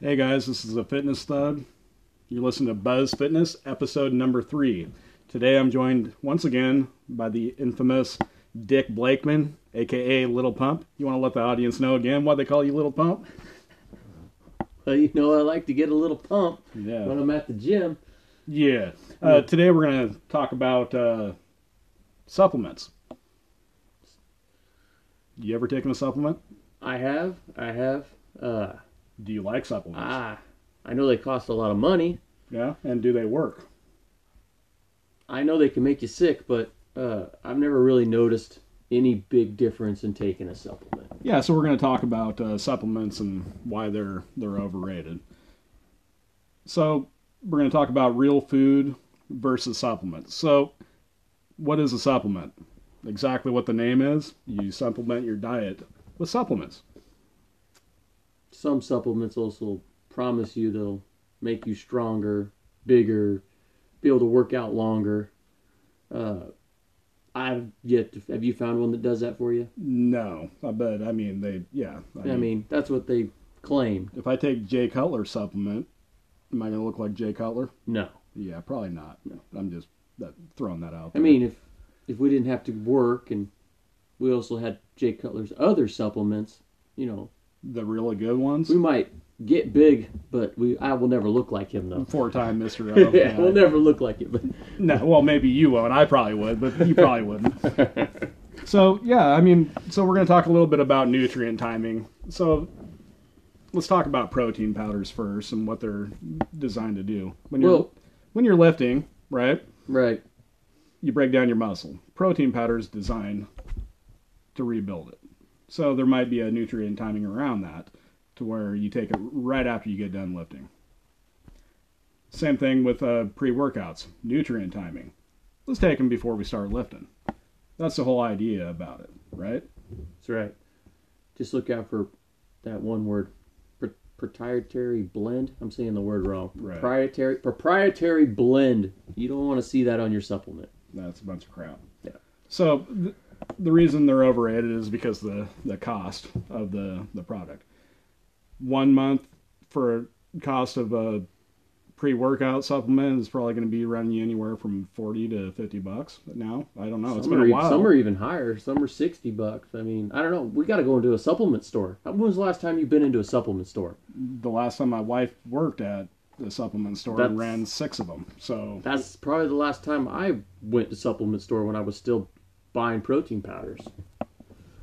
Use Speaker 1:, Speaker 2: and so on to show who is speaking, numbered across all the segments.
Speaker 1: Hey guys, this is the Fitness Thud. You're listening to Buzz Fitness, episode number three. Today I'm joined once again by the infamous Dick Blakeman, aka Little Pump. You want to let the audience know again why they call you Little Pump?
Speaker 2: Well, you know, I like to get a little pump when
Speaker 1: Yeah.
Speaker 2: I'm at the gym.
Speaker 1: Yeah. Uh, today we're going to talk about uh, supplements. You ever taken a supplement?
Speaker 2: I have, I have. Uh,
Speaker 1: Do you like supplements?
Speaker 2: ah, I know they cost a lot of money.
Speaker 1: Yeah. And do they work?
Speaker 2: I know they can make you sick, but uh, I've never really noticed any big difference in taking a supplement.
Speaker 1: Yeah, so we're going to talk about uh, supplements and why they're they're overrated. So we're going to talk about real food versus supplements. So, what is a supplement? Exactly what the name is. You supplement your diet with supplements.
Speaker 2: Some supplements also promise you they'll make you stronger, bigger, be able to work out longer. Uh, I've yet to. Have you found one that does that for you?
Speaker 1: No, I bet. I mean, they. Yeah,
Speaker 2: I mean, that's what they claim.
Speaker 1: if I take Jay Cutler supplement, am I going to look like Jay Cutler?
Speaker 2: No.
Speaker 1: Yeah, probably not. I'm just that, throwing that out.
Speaker 2: I mean, if if we didn't have to work and we also had Jay Cutler's other supplements, you know,
Speaker 1: the really good ones.
Speaker 2: we might get big, but we I will never look like him though.
Speaker 1: Four-time Mister.
Speaker 2: yeah, we'll never look like it. But
Speaker 1: No, well, maybe you won't. I probably would, but you probably wouldn't. so, yeah, I mean, so we're going to talk a little bit about nutrient timing. So, let's talk about protein powders first and what they're designed to do. When you're
Speaker 2: Well-
Speaker 1: when you're lifting, right?
Speaker 2: right,
Speaker 1: You break down your muscle. Protein powder is designed to rebuild it. So, there might be a nutrient timing around that to where you take it right after you get done lifting. Same thing with uh, pre workouts, nutrient timing. Let's take them before we start lifting. That's the whole idea about it, right?
Speaker 2: that's right. Just look out for that one word, Pro- proprietary blend. I'm saying the word wrong.
Speaker 1: Right.
Speaker 2: Proprietary proprietary blend. You don't want to see that on your supplement.
Speaker 1: That's a bunch of crap.
Speaker 2: Yeah.
Speaker 1: So th- the reason they're overrated is because the the cost of the the product. One month for cost of a pre workout supplement is probably going to be running you anywhere from forty to fifty bucks now. I don't know. Oh, it's
Speaker 2: some,
Speaker 1: been
Speaker 2: are,
Speaker 1: a
Speaker 2: e-
Speaker 1: while.
Speaker 2: some are even higher. Some are sixty bucks. I mean, I don't know. We got to go into a supplement store. When was the last time you've been into a supplement store?
Speaker 1: the last time my wife worked at the supplement store
Speaker 2: e-, That's-
Speaker 1: and ran six of them. So
Speaker 2: That's probably the last time I went to supplement store when I was still buying protein powders.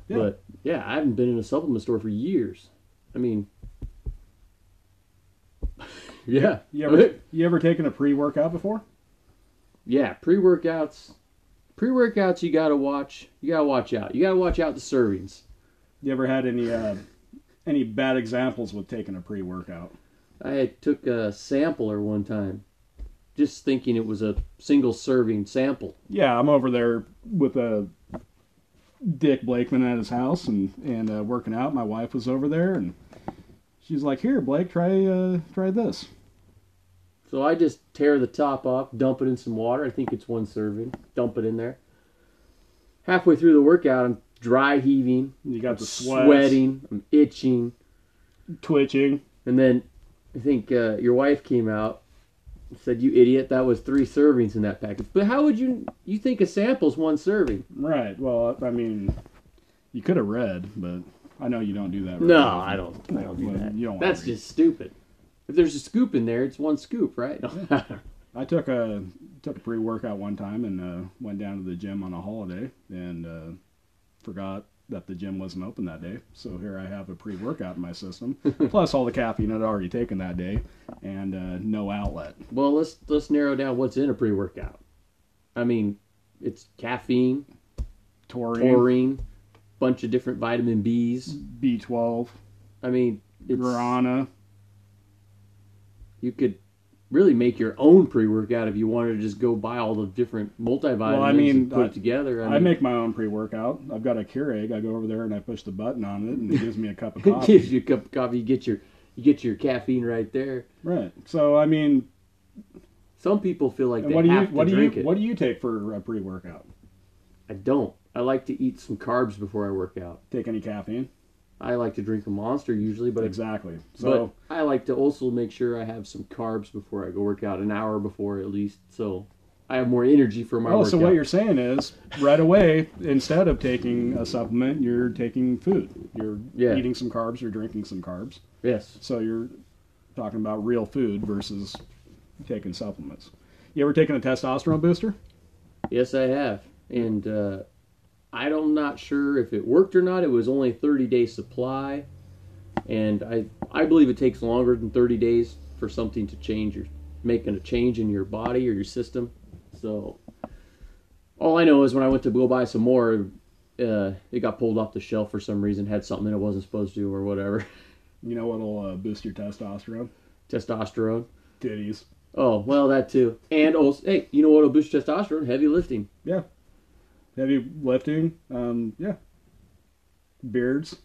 Speaker 1: Yeah.
Speaker 2: But yeah, I haven't been in a supplement store for years. I mean, yeah,
Speaker 1: you ever you ever taken a pre workout before?
Speaker 2: yeah. Pre workouts, pre workouts. You gotta watch. You gotta watch out. You gotta watch out the servings.
Speaker 1: You ever had any uh, any bad examples with taking a pre workout?
Speaker 2: I had took a sampler one time, just thinking it was a single serving sample.
Speaker 1: Yeah, I'm over there with uh, Dick Blakeman at his house and and uh, working out. My wife was over there and she's like, "Here, Blake, try uh, try this."
Speaker 2: So I just tear the top off, dump it in some water. I think it's one serving. Dump it in there. Halfway through the workout, I'm dry heaving,
Speaker 1: You got the sweats,
Speaker 2: sweating, I'm itching,
Speaker 1: twitching.
Speaker 2: and then I think uh, your wife came out and said, "You idiot! That was three servings in that package." But how would you you think a sample's one serving?
Speaker 1: Right. Well, I mean, you could have read, but I know you don't do that. very
Speaker 2: No,
Speaker 1: often.
Speaker 2: I don't. I don't do
Speaker 1: Well,
Speaker 2: that.
Speaker 1: you don't wanna
Speaker 2: That's
Speaker 1: read.
Speaker 2: just stupid. If there's a scoop in there, it's one scoop, right? No.
Speaker 1: I took a took a pre-workout one time and uh, went down to the gym on a holiday and uh, forgot that the gym wasn't open that day. So here I have a pre-workout in my system, plus all the caffeine I'd already taken that day, and uh, no outlet.
Speaker 2: Well, let's let's narrow down what's in a pre-workout. I mean, it's caffeine,
Speaker 1: Taurine,
Speaker 2: taurine, bunch of different vitamin Bs.
Speaker 1: B12,
Speaker 2: I mean, it's,
Speaker 1: guarana.
Speaker 2: you could really make your own pre-workout if you wanted to just go buy all the different multivitamins
Speaker 1: Well, I mean,
Speaker 2: and put
Speaker 1: I-
Speaker 2: it together.
Speaker 1: I make my own pre-workout. I've got a Keurig. I go over there and I push the button on it, and it gives me a cup of
Speaker 2: it
Speaker 1: coffee.
Speaker 2: gives you a cup of coffee. You get your you get your caffeine right there.
Speaker 1: right. So I mean,
Speaker 2: Some people feel like
Speaker 1: and
Speaker 2: they
Speaker 1: what do you
Speaker 2: have to
Speaker 1: what do you
Speaker 2: drink it.
Speaker 1: what do you take for a pre-workout?
Speaker 2: I don't. I like to eat some carbs before I work out.
Speaker 1: Take any caffeine?
Speaker 2: I like to drink a monster usually, but
Speaker 1: Exactly. So
Speaker 2: but I like to also make sure I have some carbs before I go work out, an hour before at least, so I have more energy for my
Speaker 1: oh,
Speaker 2: workout.
Speaker 1: so what you're saying is right away, instead of taking a supplement, you're taking food. You're
Speaker 2: Yeah.
Speaker 1: eating some carbs, you're drinking some carbs.
Speaker 2: yes,
Speaker 1: So you're talking about real food versus taking supplements. You ever taken a testosterone booster?
Speaker 2: yes, I have, and uh, I don't not sure if it worked or not. It was only a thirty day supply, and I I believe it takes longer than thirty days for something to change. You're making a change in your body or your system, so. All I know is when I went to go buy some more, uh, it got pulled off the shelf for some reason, had something it wasn't supposed to or whatever.
Speaker 1: You know what'll uh, boost your testosterone?
Speaker 2: testosterone.
Speaker 1: Titties.
Speaker 2: Oh, well, that too. And also, hey, you know what'll boost testosterone? Heavy lifting.
Speaker 1: Yeah. Heavy lifting. Um, yeah. Beards.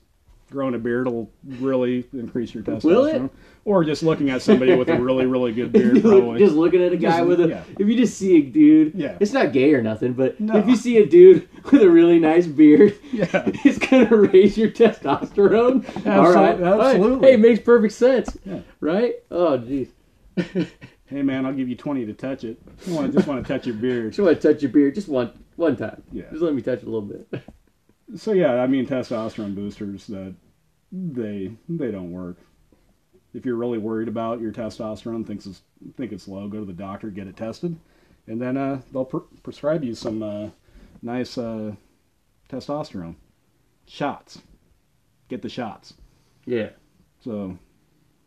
Speaker 1: Growing a beard will really increase your testosterone.
Speaker 2: Will it?
Speaker 1: Or just looking at somebody with a really, really good beard,
Speaker 2: Look-
Speaker 1: probably.
Speaker 2: just looking at a guy
Speaker 1: Just-
Speaker 2: with a.
Speaker 1: yeah.
Speaker 2: If you just see a dude,
Speaker 1: Yeah.
Speaker 2: it's not gay or nothing, but
Speaker 1: No.
Speaker 2: if you see a dude with a really nice beard,
Speaker 1: Yeah.
Speaker 2: it's going to raise your testosterone. All right.
Speaker 1: Absolute- absolutely.
Speaker 2: Hey, it makes perfect sense.
Speaker 1: Yeah.
Speaker 2: Right? Oh, jeez.
Speaker 1: Hey, man, I'll give you 20 to touch it. I wanna- just want to touch your beard.
Speaker 2: Just want to touch your beard just one one time.
Speaker 1: Yeah.
Speaker 2: Just let me touch it a little bit.
Speaker 1: So, yeah, I mean, testosterone boosters, that they they don't work. If you're really worried about your testosterone, thinks it's, think it's low, go to the doctor, get it tested, and then uh, they'll pr- prescribe you some uh, nice uh, testosterone shots. Get the shots.
Speaker 2: Yeah.
Speaker 1: So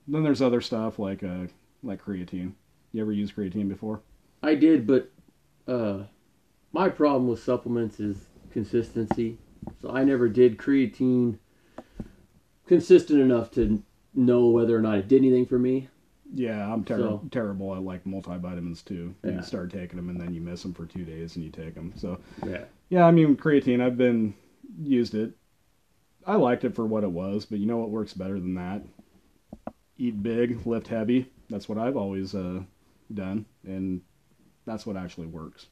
Speaker 1: then there's other stuff like uh, like creatine. You ever used creatine before?
Speaker 2: I did, but uh, my problem with supplements is consistency. So I never did creatine consistent enough to know whether or not it did anything for me.
Speaker 1: Yeah, I'm ter-
Speaker 2: So-
Speaker 1: terrible at like multivitamins too.
Speaker 2: Yeah.
Speaker 1: You start taking them and then you miss them for two days and you take them. So
Speaker 2: Yeah.
Speaker 1: yeah, I mean creatine. I've been used it. I liked it for what it was, but you know what works better than that? Eat big, lift heavy. That's what I've always uh, done, and that's what actually works.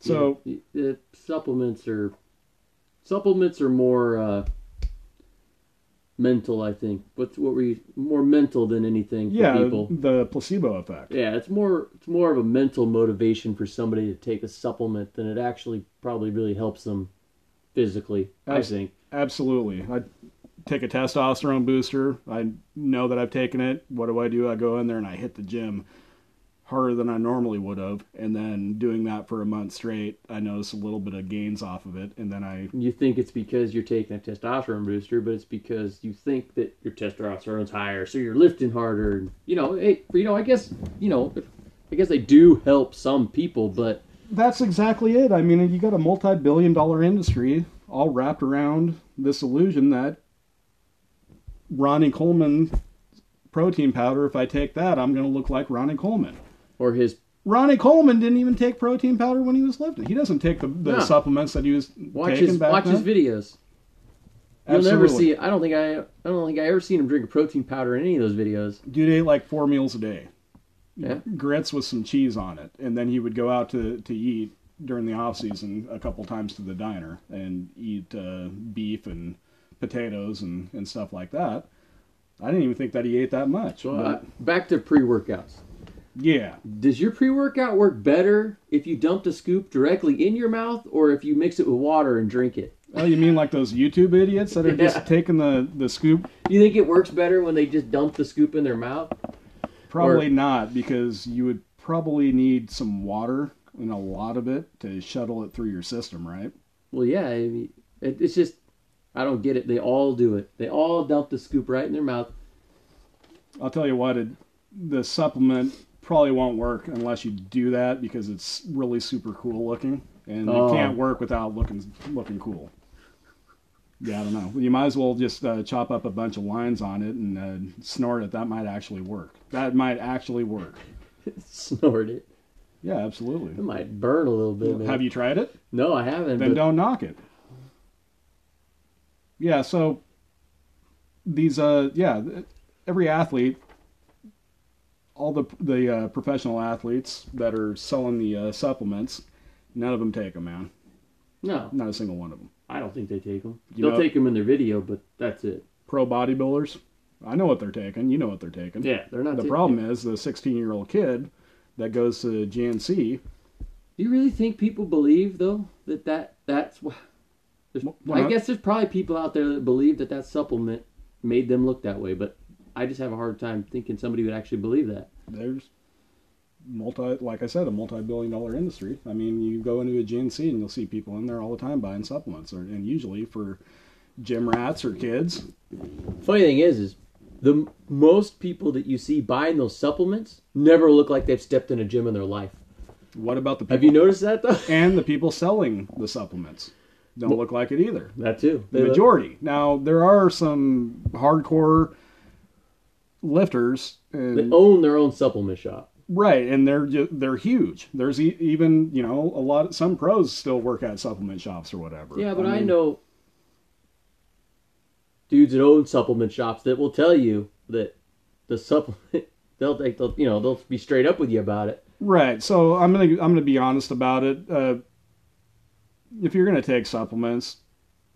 Speaker 1: So
Speaker 2: the, the supplements are supplements are more uh, mental, I think. What's what were you more mental than anything for
Speaker 1: yeah,
Speaker 2: people?
Speaker 1: the placebo effect.
Speaker 2: Yeah, it's more it's more of a mental motivation for somebody to take a supplement than it actually probably really helps them physically. I
Speaker 1: Abs-
Speaker 2: think.
Speaker 1: Absolutely. I take a testosterone booster. I know that I've taken it. What do I do? I go in there and I hit the gym harder than I normally would have. And then doing that for a month straight, I notice a little bit of gains off of it. And then I,
Speaker 2: You think it's because you're taking a testosterone booster, but it's because you think that your testosterone's higher, so you're lifting harder. And, you know, it, you know, I guess, you know, I guess they do help some people, but
Speaker 1: that's exactly it. I mean, you got a multi billion dollar industry all wrapped around this illusion that Ronnie Coleman protein powder, if I take that, I'm going to look like Ronnie Coleman.
Speaker 2: or his
Speaker 1: Ronnie Coleman didn't even take protein powder when he was lifting. He doesn't take the, the
Speaker 2: No.
Speaker 1: supplements that he was
Speaker 2: watch
Speaker 1: taking
Speaker 2: his
Speaker 1: back
Speaker 2: watch
Speaker 1: then.
Speaker 2: his videos. You'll never see. I don't think I. I don't think I ever seen him drink a protein powder in any of those videos.
Speaker 1: Dude ate like four meals a day,
Speaker 2: Yeah.
Speaker 1: grits with some cheese on it, and then he would go out to, to eat during the off season a couple times to the diner and eat uh, beef and potatoes and, and stuff like that. I didn't even think that he ate that much.
Speaker 2: So
Speaker 1: but
Speaker 2: uh, back to pre workouts.
Speaker 1: yeah,
Speaker 2: Does your pre workout work better if you dumped a scoop directly in your mouth, or if you mix it with water and drink it?
Speaker 1: oh, you mean like those YouTube idiots that are
Speaker 2: Yeah.
Speaker 1: just taking the, the scoop
Speaker 2: Do you think it works better when they just dump the scoop in their mouth?
Speaker 1: Probably not, because you would probably need some water and a lot of it to shuttle it through your system, right?
Speaker 2: Well, yeah, I mean, it, it's just I don't get it. They all do it. They all dump the scoop right in their mouth.
Speaker 1: I'll tell you what, it, the supplement probably won't work unless you do that because it's really super cool looking, and
Speaker 2: Oh.
Speaker 1: it can't work without looking looking cool. Yeah, I don't know. You might as well just uh, chop up a bunch of lines on it and uh, snort it. That might actually work. That might actually work.
Speaker 2: Snort it.
Speaker 1: Yeah, absolutely.
Speaker 2: It might burn a little bit. man.
Speaker 1: Have you tried it?
Speaker 2: No, I haven't.
Speaker 1: then
Speaker 2: but
Speaker 1: don't knock it. Yeah, so these uh yeah, th- every athlete all the the uh, professional athletes that are selling the uh, supplements, none of them take them, man.
Speaker 2: no.
Speaker 1: Not a single one of them.
Speaker 2: I don't think they take them.
Speaker 1: You
Speaker 2: They'll
Speaker 1: know-
Speaker 2: 'em take them in their video, but that's it.
Speaker 1: Pro bodybuilders, I know what they're taking. You know what they're taking.
Speaker 2: Yeah, they're not.
Speaker 1: The
Speaker 2: taking
Speaker 1: problem
Speaker 2: it.
Speaker 1: is the 16 year old kid that goes to GNC.
Speaker 2: Do you really think people believe though that that that's wh- there's,
Speaker 1: Well, when
Speaker 2: I
Speaker 3: uh-huh.
Speaker 1: I-
Speaker 2: guess there's probably people out there that believe that that supplement made them look that way, but I just have a hard time thinking somebody would actually believe that.
Speaker 1: There's multi, like I said, a multi billion dollar industry. I mean, you go into a GNC and you'll see people in there all the time buying supplements, or, and usually for gym rats or kids.
Speaker 3: Funny thing is, is the m- most people that you see buying those supplements never look like they've stepped in a gym in their life.
Speaker 1: What about the people?
Speaker 3: Have you noticed that though?
Speaker 1: and the people selling the supplements don't look like it either.
Speaker 3: That too.
Speaker 1: The majority. Now there are some hardcore lifters,
Speaker 3: They
Speaker 1: and,
Speaker 3: own their own supplement shop.
Speaker 1: right? And they're ju- they're huge. There's e- even you know a lot. Some pros still work at supplement shops or whatever.
Speaker 3: Yeah, but I,
Speaker 1: mean,
Speaker 3: know dudes that own supplement shops that will tell you that the supplement they'll take they'll, you know they'll be straight up with you about it.
Speaker 1: Right. So I'm gonna I'm gonna be honest about it. Uh, if you're gonna take supplements,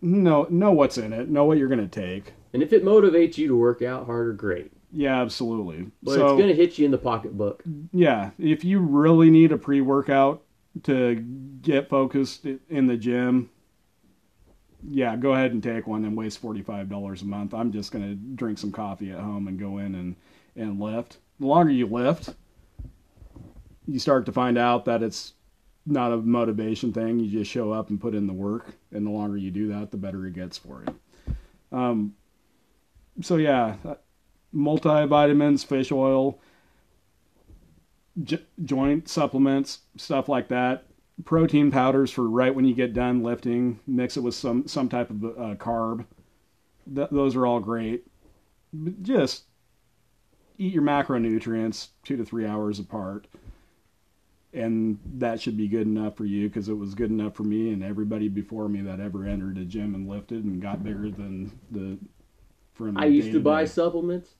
Speaker 1: know know what's in it. Know what you're gonna take.
Speaker 3: And if it motivates you to work out harder, great.
Speaker 1: Yeah, absolutely.
Speaker 3: But
Speaker 1: so,
Speaker 3: it's going to hit you in the pocketbook.
Speaker 1: yeah, if you really need a pre workout to get focused in the gym, yeah, go ahead and take one and waste forty five dollars a month. I'm just gonna drink some coffee at home and go in and and lift. The longer you lift, you start to find out that it's not a motivation thing. You just show up and put in the work, and the longer you do that, the better it gets for you. Um, so yeah, multivitamins, fish oil j- joint supplements, stuff like that. Protein powders for right when you get done lifting. Mix it with some some type of uh, carb. Th- those are all great. But just eat your macronutrients two to three hours apart, and that should be good enough for you because it was good enough for me and everybody before me that ever entered a gym and lifted and got bigger than the. From
Speaker 3: I used
Speaker 1: day
Speaker 3: to buy
Speaker 1: day.
Speaker 3: supplements.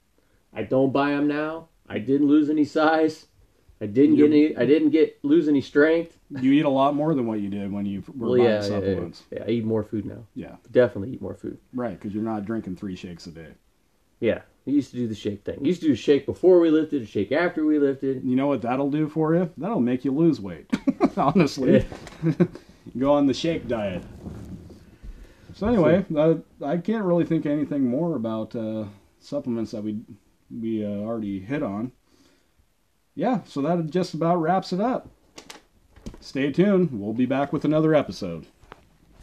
Speaker 3: I don't buy them now. I didn't lose any size. I didn't get any. I didn't get lose any strength.
Speaker 1: You eat a lot more than what you did when you were
Speaker 3: Well,
Speaker 1: buying
Speaker 3: yeah, yeah, yeah,
Speaker 1: supplements.
Speaker 3: yeah. I eat more food now.
Speaker 1: yeah.
Speaker 3: Definitely eat more food.
Speaker 1: Right, because you're not drinking three shakes a day.
Speaker 3: Yeah, we used to do the shake thing. We used to do a shake before we lifted, a shake after we lifted.
Speaker 1: You know what that'll do for you? That'll make you lose weight. Honestly, go on the shake diet. So anyway, I, I can't really think of anything more about uh, supplements that we we uh, already hit on. Yeah, so that just about wraps it up. Stay tuned. We'll be back with another episode.